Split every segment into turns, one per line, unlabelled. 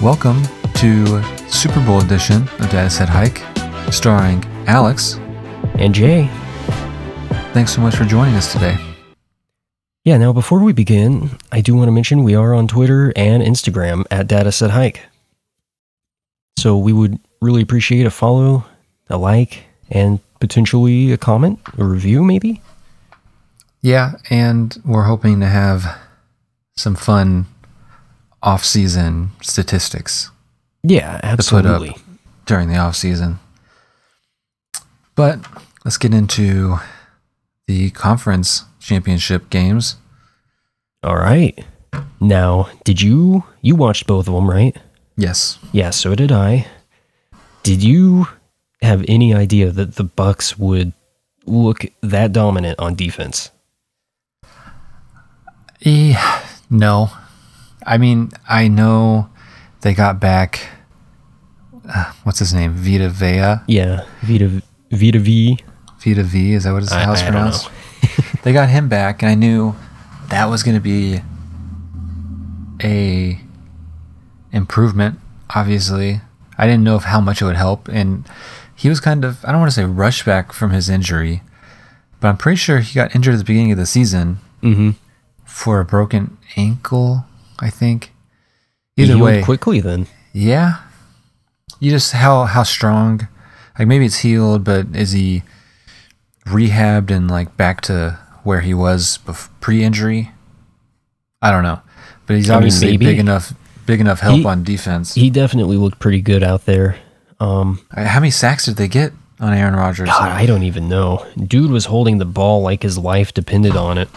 Welcome to Super Bowl edition of Dad Said Hike, starring Alex.
And Jay.
Thanks so much for joining us today.
Yeah, now before we begin, I do want to mention we are on Twitter and Instagram at Data Set Hike. So we would really appreciate a follow, a like, and potentially a comment, a review maybe.
Yeah, and we're hoping to have some fun off-season statistics
Yeah, absolutely.
to put up during the off-season. But let's get into the conference championship games.
All right. Now, did you you watched both of them, right?
Yes.
Yeah, so did I. Did you have any idea that the Bucks would look that dominant on defense?
Eh, no. I mean, I know they got back. Uh, what's his name? Vita Vea?
Yeah, Vita Vita V.
Vita V? Is that what his
I-
house
I don't
pronounced?
know.
they got him back, and I knew that was going to be a improvement. Obviously, I didn't know if how much it would help, and he was kind of I don't want to say rushed back from his injury, but I'm pretty sure he got injured at the beginning of the season
Mm-hmm.
for a broken ankle. I think. Either way,
quickly then.
yeah. You just how how strong, like maybe it's healed, but is he rehabbed and like back to where he was bef- pre-injury? I don't know, but he's
I mean,
obviously
maybe.
big enough, big enough help
He-
on defense.
He definitely looked pretty good out there. Um,
Uh, how many sacks did they get on Aaron Rodgers?
God, I don't even know. Dude was holding the ball like his life depended on it.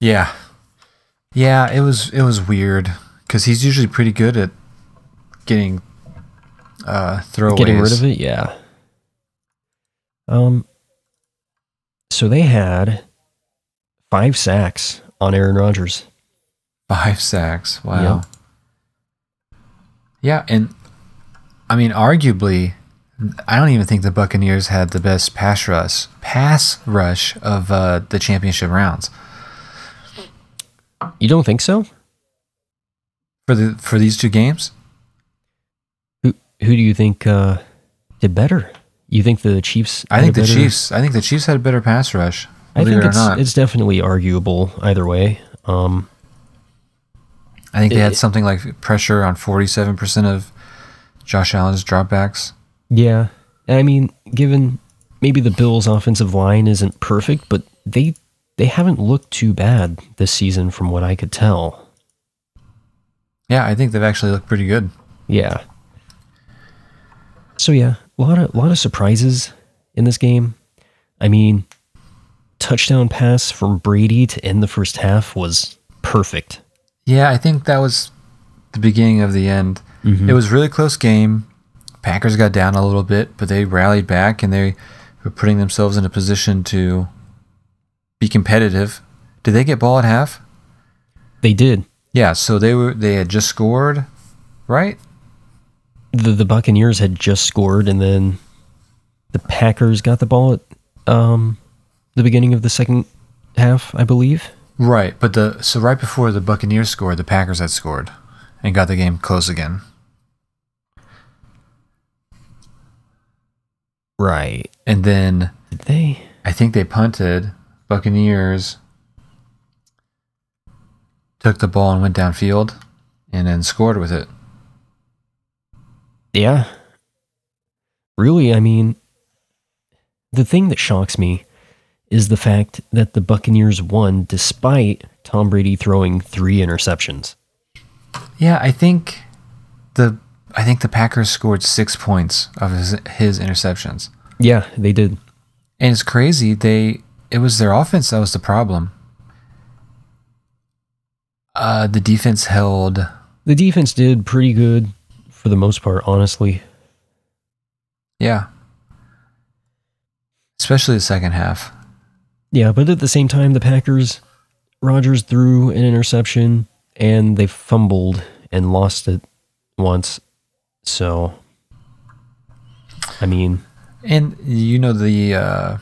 yeah, yeah. It was it was weird because he's usually pretty good at getting uh throwaways.
Getting rid of it, yeah. Um, so they had five sacks on Aaron Rodgers.
Five sacks. Wow. Yeah, and I mean, arguably, I don't even think the Buccaneers had the best pass rush pass rush of uh, the championship rounds
You don't think so?
for the for these two games.
Who who do you think uh, did better? You think the Chiefs?
I
had
think
a
the
better-
Chiefs. I think the Chiefs had a better pass rush.
I
Believe
think
it or
it's
not,
it's definitely arguable either way. Um,
I think they had
it-
something like pressure on forty-seven percent of Josh Allen's dropbacks.
Yeah. And I mean, given maybe the Bills' offensive line isn't perfect, but they they haven't looked too bad this season from what I could tell.
Yeah, I think they've actually looked pretty good.
Yeah. So yeah, a lot of lot of surprises in this game. I mean, touchdown pass from Brady to end the first half was perfect.
Yeah, I think that was the beginning of the end. It was a really close game. Packers got down a little bit, but they rallied back and they were putting themselves in a position to be competitive. Did they get ball at half?
They did.
Yeah, so they were they had just scored, right?
The the Buccaneers had just scored and then the Packers got the ball at um the beginning of the second half, I believe.
Right, but the so right before the Buccaneers scored, the Packers had scored and got the game close again.
Right.
And then
Did they?
I think they punted. Buccaneers took the ball and went downfield and then scored with it.
Yeah. Really, I mean, the thing that shocks me is the fact that the Buccaneers won despite Tom Brady throwing three interceptions.
Yeah, I think the I think the Packers scored 6 points of his, his interceptions.
Yeah, they did.
And it's crazy they it was their offense that was the problem. Uh the defense held
The defense did pretty good for the most part, honestly.
yeah. Especially the second half.
Yeah, but at the same time, the Packers, Rodgers threw an interception and they fumbled and lost it once. So, I mean,
And you know the uh,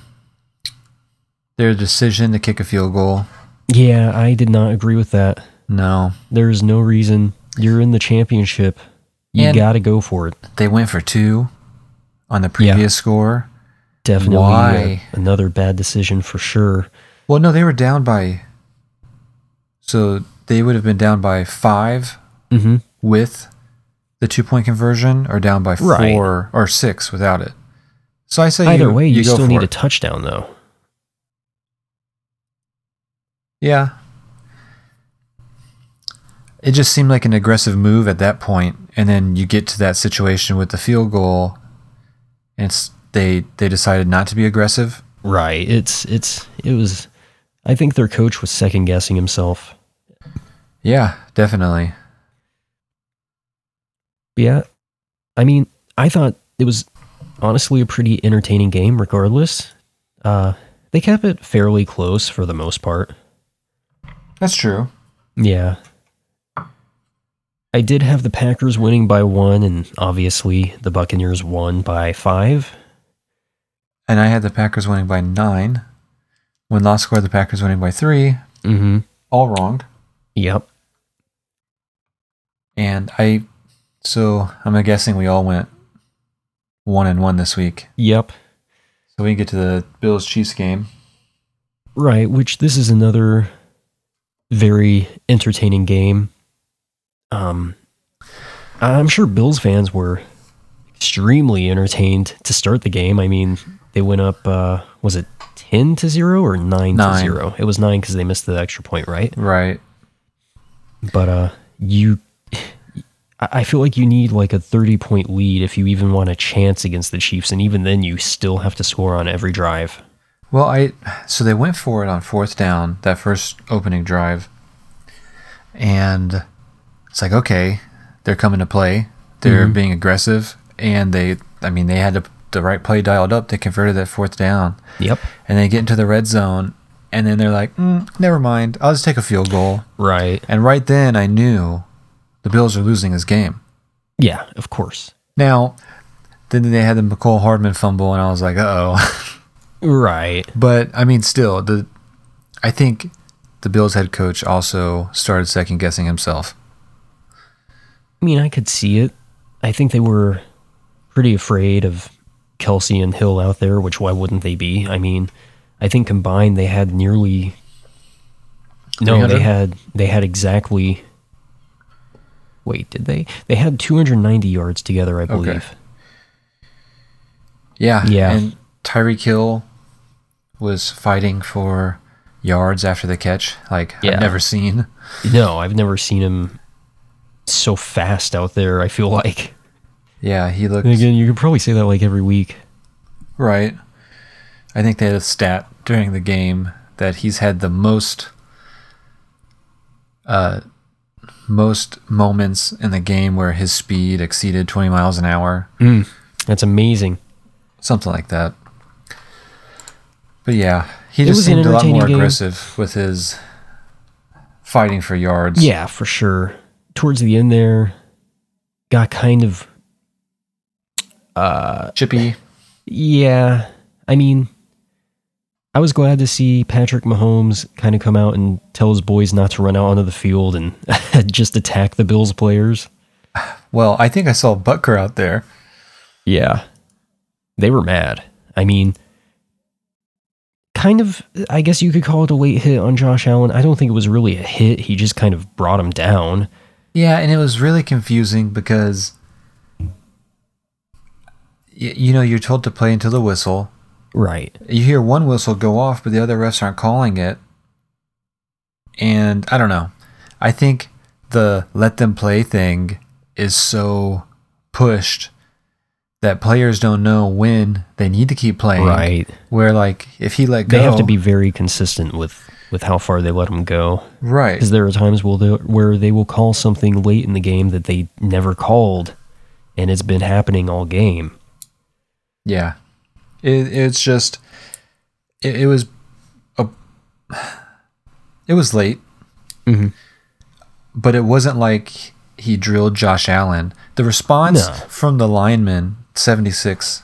their decision to kick a field goal.
yeah, I did not agree with that.
No,
There is no reason you're in the championship. You
And-
got to go for it.
they went for two on the previous score.
Definitely uh,
Why?
another bad decision for sure.
Well, no, they were down by. So they would have been down by five
Mm-hmm.
with the two point conversion, or down by
Right.
four or six without it. So I say
Either way, you,
go for
still need a
it.
touchdown, though.
Yeah. It just seemed like an aggressive move at that point, and then you get to that situation with the field goal, and it's, they they decided not to be aggressive.
Right. It's it's it was. I think their coach was second guessing himself.
Yeah, definitely.
But yeah. I mean, I thought it was honestly a pretty entertaining game. Regardless, uh, they kept it fairly close for the most part.
That's true.
Yeah. I did have the Packers winning by one, and obviously the Buccaneers won by five.
And I had the Packers winning by nine. When lost score, the Packers winning by three.
Mm-hmm.
All wrong.
Yep.
And I, so I'm guessing we all went one and one this week.
Yep.
So we get to the Bills Chiefs game.
Right, which this is another very entertaining game. Um I'm sure Bills fans were extremely entertained to start the game. I mean, they went up uh was it 10 to 0 or 9, to
Nine.
0? It was 9 cuz they missed the extra point, right?
Right.
But uh you I I feel like you need like a 30 point lead if you even want a chance against the Chiefs and even then you still have to score on every drive.
Well, I so they went for it on fourth down that first opening drive, and it's like okay, they're coming to play, they're being aggressive, and they I mean they had the the right play dialed up. They converted that fourth down,
Yep.
and they get into the red zone, and then they're like, mm, never mind, I'll just take a field goal.
Right.
And right then I knew the Bills are losing this game.
Yeah, of course.
Now, then they had the McCole Hardman fumble, and I was like, uh oh.
Right.
But I mean, still, the I think the Bills head coach also started second guessing himself.
I mean, I could see it. I think they were pretty afraid of Kelsey and Hill out there, which why wouldn't they be? I mean, I think combined they had nearly No,
300?
they had they had exactly Wait, did they? They had 290 yards together, I believe.
Yeah,
Yeah.
And Tyreek Hill was fighting for yards after the catch, like
Yeah.
I've never seen.
No, I've never seen him so fast out there, I feel like.
Yeah, he looked
And again, you could probably say that like every week.
right. I think they had a stat during the game that he's had the most uh most moments in the game where his speed exceeded 20 miles an hour
That's amazing.
something like that. But yeah, he
It
just
was an
seemed a lot
entertaining
more
game.
aggressive with his fighting for yards.
Yeah, for sure. Towards the end there, got kind of uh
chippy.
yeah. I mean I was glad to see Patrick Mahomes kind of come out and tell his boys not to run out onto the field and just attack the Bills players.
Well, I think I saw Butker out there.
Yeah. They were mad. I mean kind of I guess you could call it a late hit on Josh Allen. I don't think it was really a hit. He just kind of brought him down.
Yeah, and it was really confusing because y- you know you're told to play until the whistle.
Right.
You hear one whistle go off, but the other refs aren't calling it. And I don't know. I think the let them play thing is so pushed that players don't know when they need to keep playing.
Right.
Where like if he let go,
they have to be very consistent with with how far they let them go
right.
because there are times will they, where they will call something late in the game that they never called and it's been happening all game
Yeah, it, it's just it, it was a it was late, Mm-hmm.
Mhm.
but it wasn't like he drilled Josh Allen. The response
No.
from the lineman seventy six,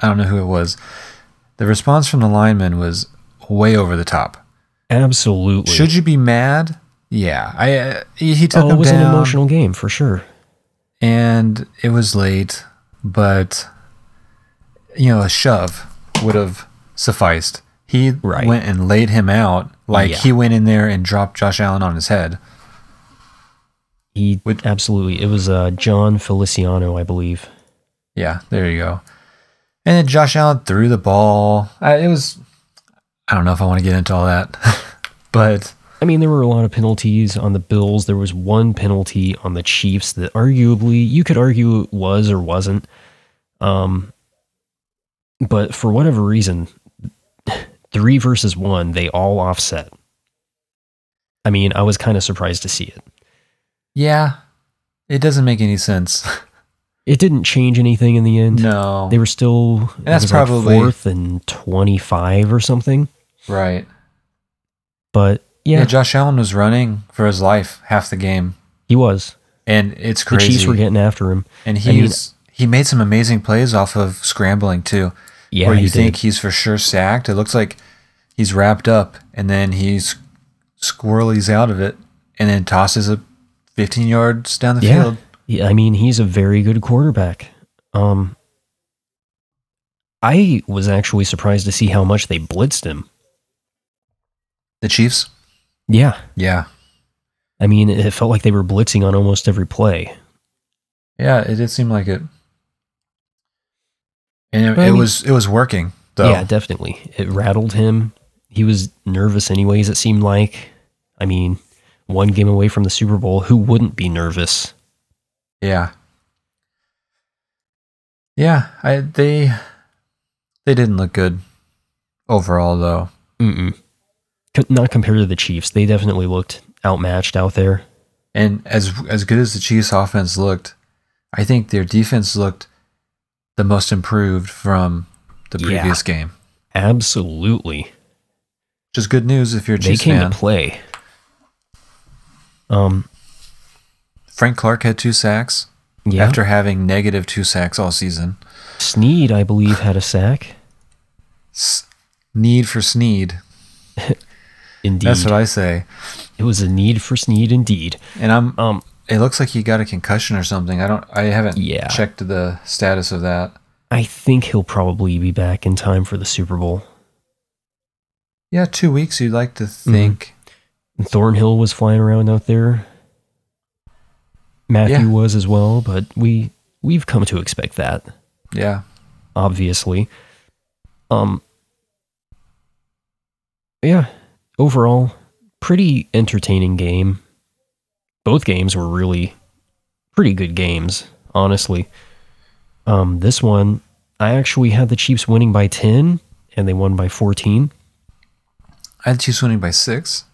I don't know who it was. The response from the lineman was way over the top.
absolutely
Should you be mad? Yeah, I uh, he he took
oh,
him
it was an
down,
emotional game for sure.
and it was late, but you know a shove would have sufficed. He
Right.
went and laid him out like
Yeah.
he went in there and dropped Josh Allen on his head.
He
Which-
absolutely. It was uh, John Feliciano, I believe.
Yeah, there you go. And then Josh Allen threw the ball. I, it was I don't know if I want to get into all that, but
I mean, there were a lot of penalties on the Bills. There was one penalty on the Chiefs that arguably you could argue it was or wasn't. Um, but for whatever reason, three versus one, they all offset. I mean, I was kind of surprised to see it.
yeah, it doesn't make any sense.
It didn't change anything in the end.
no,
They were still it
that's
was like
probably-
fourth and twenty-five or something.
right.
But yeah,
Yeah. Josh Allen was running for his life half the game,
he was.
and it's
The
crazy.
Chiefs were getting after him.
and
I mean-
he's he made some amazing plays off of scrambling too.
Yeah,
where you
he
think
did.
he's for sure sacked. It looks like he's wrapped up, and then he's squirrelies out of it, and then tosses it 15 yards down the
Yeah.
field.
Yeah, I mean, he's a very good quarterback. Um, I was actually surprised to see how much they blitzed him.
The Chiefs.
Yeah,
Yeah,
I mean, it felt like they were blitzing on almost every play.
yeah, it did seem like it, and it,
But I
it
mean-
was it was working though.
Um, Yeah, definitely, it rattled him. He was nervous, anyways. It seemed like. I mean, one game away from the Super Bowl, who wouldn't be nervous?
Yeah. Yeah, I they they didn't look good overall though.
Mm-mm. Co- Not compared to the Chiefs, they definitely looked outmatched out there.
And as as good as the Chiefs offense looked, I think their defense looked the most improved from the
Yeah.
previous game.
Absolutely.
Which is good news if you're a
They
Chiefs
came
fan.
to play. Um,
Frank Clark had two sacks
yeah.
after having negative two sacks all season.
Sneed, I believe, had a sack.
S- need for Sneed.
Indeed.
That's what I say.
it was a need for Sneed, indeed.
And I'm
Um,
it looks like he got a concussion or something. I don't I haven't
Yeah.
checked the status of that.
I think he'll probably be back in time for the Super Bowl.
Yeah, two weeks. You'd like to
Mm-hmm.
think.
Thornhill was flying around out there. Matthew
Yeah.
was as well, but we we've come to expect that,
Yeah,
obviously. Um, yeah. Overall, pretty entertaining game. Both games were really pretty good games, honestly. Um, this one, I actually had the Chiefs winning by 10, and they won by 14.
I had Chiefs winning by six,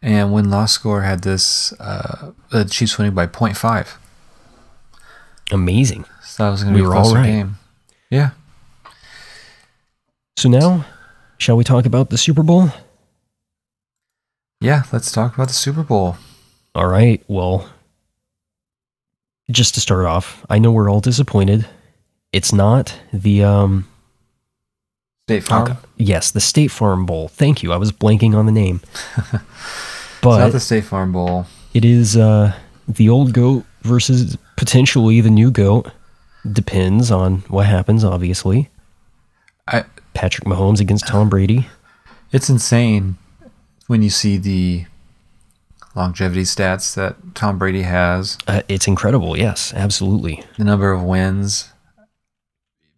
and win loss score had this uh, the Chiefs winning by 0.5.
Amazing.
So that was going to
We
be a
were all
closer
right.
game. Yeah,
So now, shall we talk about the Super Bowl?
yeah. Let's talk about the Super Bowl.
All right. Well, just to start off, I know we're all disappointed. It's not the um
State Farm.
okay, Um, yes, the State Farm Bowl. Thank you. I was blanking on the name.
It's not
But
the State Farm Bowl.
it is uh the old goat versus potentially the new goat. Depends on what happens, obviously.
I.
Patrick Mahomes against Tom Brady.
It's insane when you see the longevity stats that Tom Brady has,
Uh, it's incredible. Yes, absolutely.
the number of wins.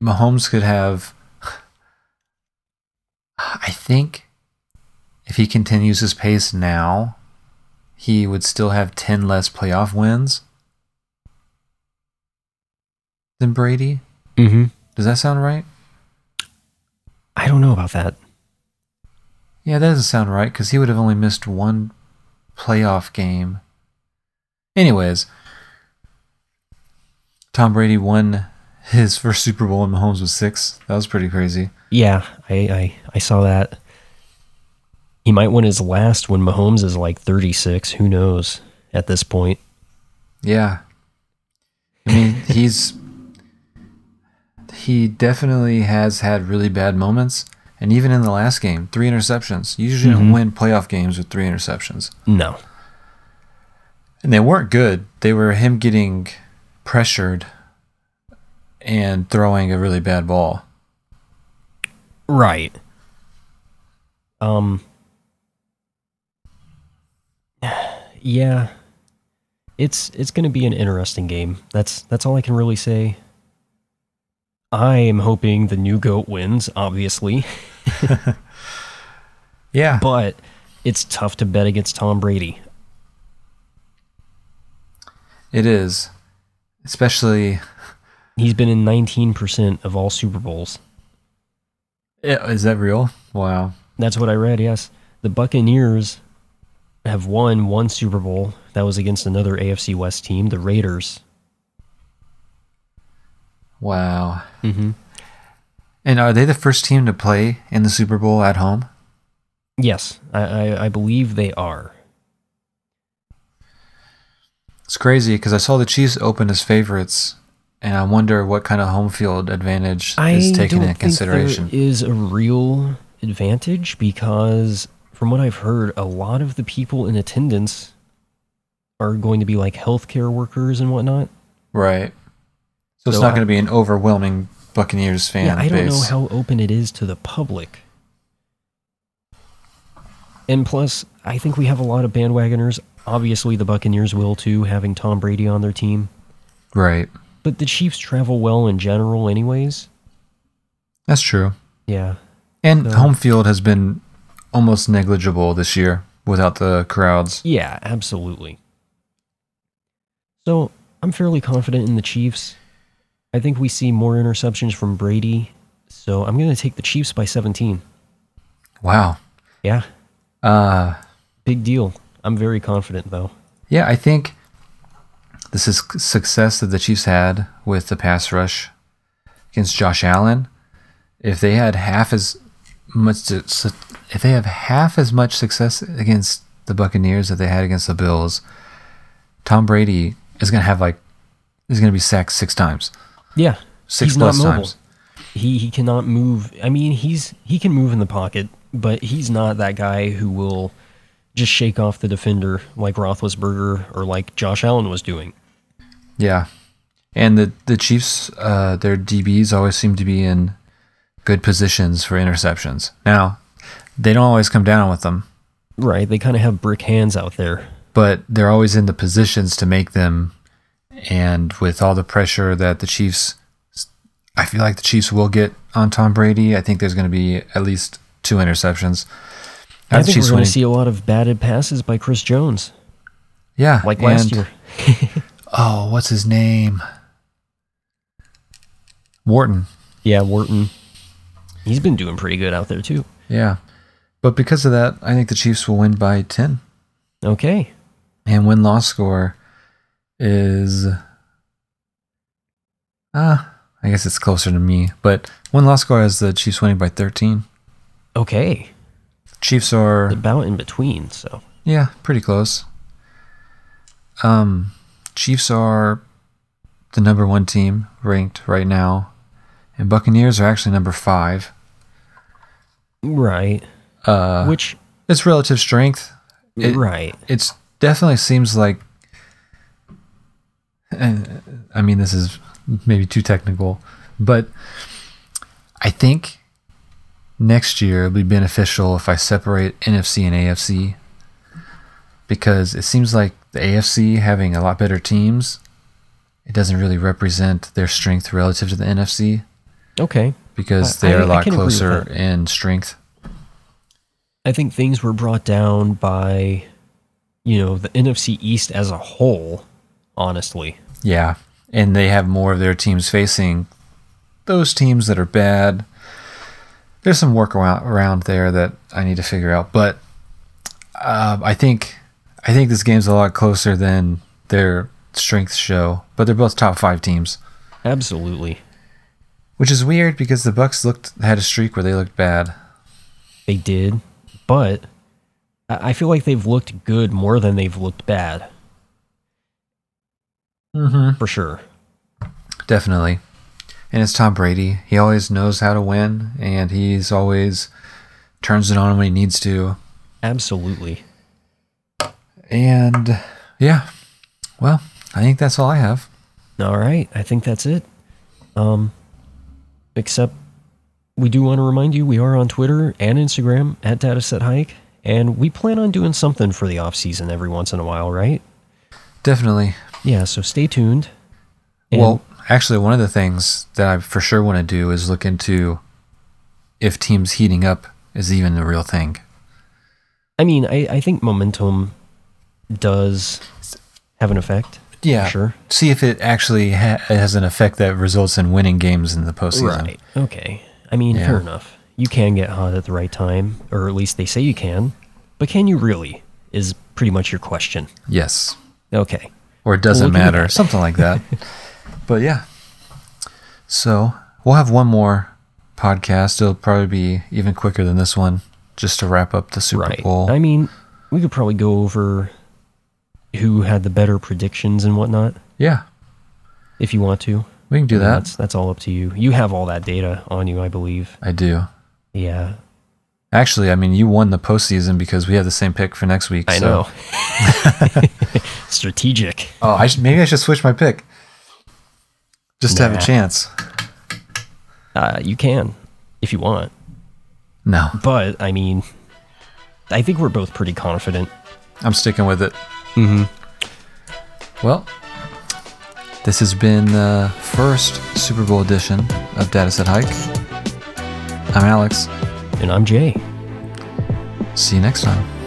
Mahomes could have. I think if he continues his pace now, he would still have 10 less playoff wins than Brady.
Mm-hmm.
Does that sound right?
I don't know about that.
Yeah, that doesn't sound right because he would have only missed one playoff game. Anyways, Tom Brady won his first Super Bowl and Mahomes was six. That was pretty crazy.
Yeah, I, I I saw that. He might win his last when Mahomes is like 36. Who knows at this point?
Yeah. I mean, he's. He definitely has had really bad moments. And even in the last game, three interceptions. You usually don't win playoff games with three interceptions.
No.
and they weren't good. They were him getting pressured and throwing a really bad ball.
Right. Um Yeah. It's it's going to be an interesting game. That's that's all I can really say. I am hoping the new goat wins, obviously,
Yeah,
but it's tough to bet against Tom Brady.
it is. Especially
He's been in 19% of all Super Bowls.
Yeah, is that real? Wow.
That's what I read, yes. The Buccaneers have won one Super Bowl. That was against another AFC West team, the Raiders.
Wow.
Mm-hmm.
And are they the first team to play in the Super Bowl at home?
Yes, I, I, I believe they are.
It's crazy because I saw the Chiefs open as favorites, and I wonder what kind of home field advantage is taken in consideration.
there is a real advantage because, from what I've heard, a lot of the people in attendance are going to be like healthcare workers and whatnot.
Right. So, it's
So
not
I-
going to be an overwhelming Buccaneers fan
yeah, I don't know
base.
how open it is to the public. And plus, I think we have a lot of bandwagoners. Obviously, the Buccaneers will too, having Tom Brady on their team.
right.
But the Chiefs travel well in general, anyways.
That's true.
Yeah.
And
So-
home field has been almost negligible this year without the crowds.
Yeah, absolutely. So I'm fairly confident in the Chiefs. I think we see more interceptions from Brady. So I'm going to take the Chiefs by 17.
Wow.
Yeah,
Uh,
big deal. I'm very confident, though.
Yeah, I think this is success that the Chiefs had with the pass rush against Josh Allen. If they had half as much, su- su- if they have half as much success against the Buccaneers that they had against the Bills, Tom Brady is gonna have like is gonna be sacked six times,
Yeah.
six
he's
plus
not mobile.
times.
He he cannot move. I mean, he's he can move in the pocket, but he's not that guy who will just shake off the defender like Roethlisberger or like Josh Allen was doing.
Yeah, and the the Chiefs, uh, their DBs always seem to be in good positions for interceptions. Now, they don't always come down with them.
Right? They kind of have brick hands out there.
but they're always in the positions to make them. And with all the pressure that the Chiefs, I feel like the Chiefs will get on Tom Brady. I think there's going to be at least two interceptions.
I
Have the
think
Chiefs
we're going to
winning.
see a lot of batted passes by Chris Jones,
yeah,
like
and-
last year.
Oh, what's his name? Wharton.
Yeah, Wharton. He's been doing pretty good out there too.
Yeah, but because of that, I think the Chiefs will win by ten.
Okay.
And win loss score is ah, I guess it's closer to me. But win loss score is the Chiefs winning by thirteen.
Okay.
Chiefs are
About in between, so.
yeah, pretty close. Um, Chiefs are the number one team ranked right now, and Buccaneers are actually number five.
Right.
Uh,
Which
it's relative strength. It-
right.
it's definitely seems like and, i mean this is maybe too technical but i think next year it'll be beneficial if i separate nfc and afc because it seems like the afc having a lot better teams it doesn't really represent their strength relative to the nfc
Okay.
because
I-
they're
I-
a
I
lot
can agree with
closer
that.
in strength
I think things were brought down by you know, the NFC East as a whole, honestly.
Yeah. And they have more of their teams facing those teams that are bad. There's some work around, around there that I need to figure out, but um, I think I think this game's a lot closer than their strength show. But they're both top five teams,
Absolutely.
which is weird because the Bucks looked had a streak where they looked bad.
They did, but I I feel like they've looked good more than they've looked bad,
Mm-hmm.
for sure.
Definitely. And it's Tom Brady. He always knows how to win, and he's always turns it on when he needs to.
Absolutely.
And yeah, Well, I think that's all I have.
All right, I think that's it. Um, except we do want to remind you we are on Twitter and Instagram at Dataset Hike, and we plan on doing something for the off season every once in a while, right?
Definitely.
Yeah, so stay tuned. And-
well, actually, one of the things that I for sure want to do is look into if teams heating up is even a real thing.
I mean, I, I think momentum does have an effect.
Yeah,
Sure.
See if it actually ha- has an effect that results in winning games in the postseason.
Okay. I mean,
Yeah.
fair enough. You can get hot at the right time, or at least they say you can, but can you really? Is pretty much your question.
Yes,
Okay.
or it doesn't
We'll look into
matter,
that.
something like that. but yeah, so we'll have one more podcast. It'll probably be even quicker than this one, just to wrap up the Super
Right.
Bowl.
I mean, we could probably go over who had the better predictions and whatnot
yeah,
if you want to.
we can do that.
That's that's all up to you. You have all that data on you, I believe.
I do.
Yeah.
Actually, I mean, you won the postseason because we have the same pick for next week.
I
so.
know. Strategic.
Oh, I should, maybe I should switch my pick just to have
Nah.
a chance.
Uh, you can if you want.
No,
But I mean, I think we're both pretty confident.
I'm sticking with it.
Mm-hmm.
Well, this has been the first Super Bowl edition of Dataset Hike. I'm Alex.
And I'm Jay.
See you next time.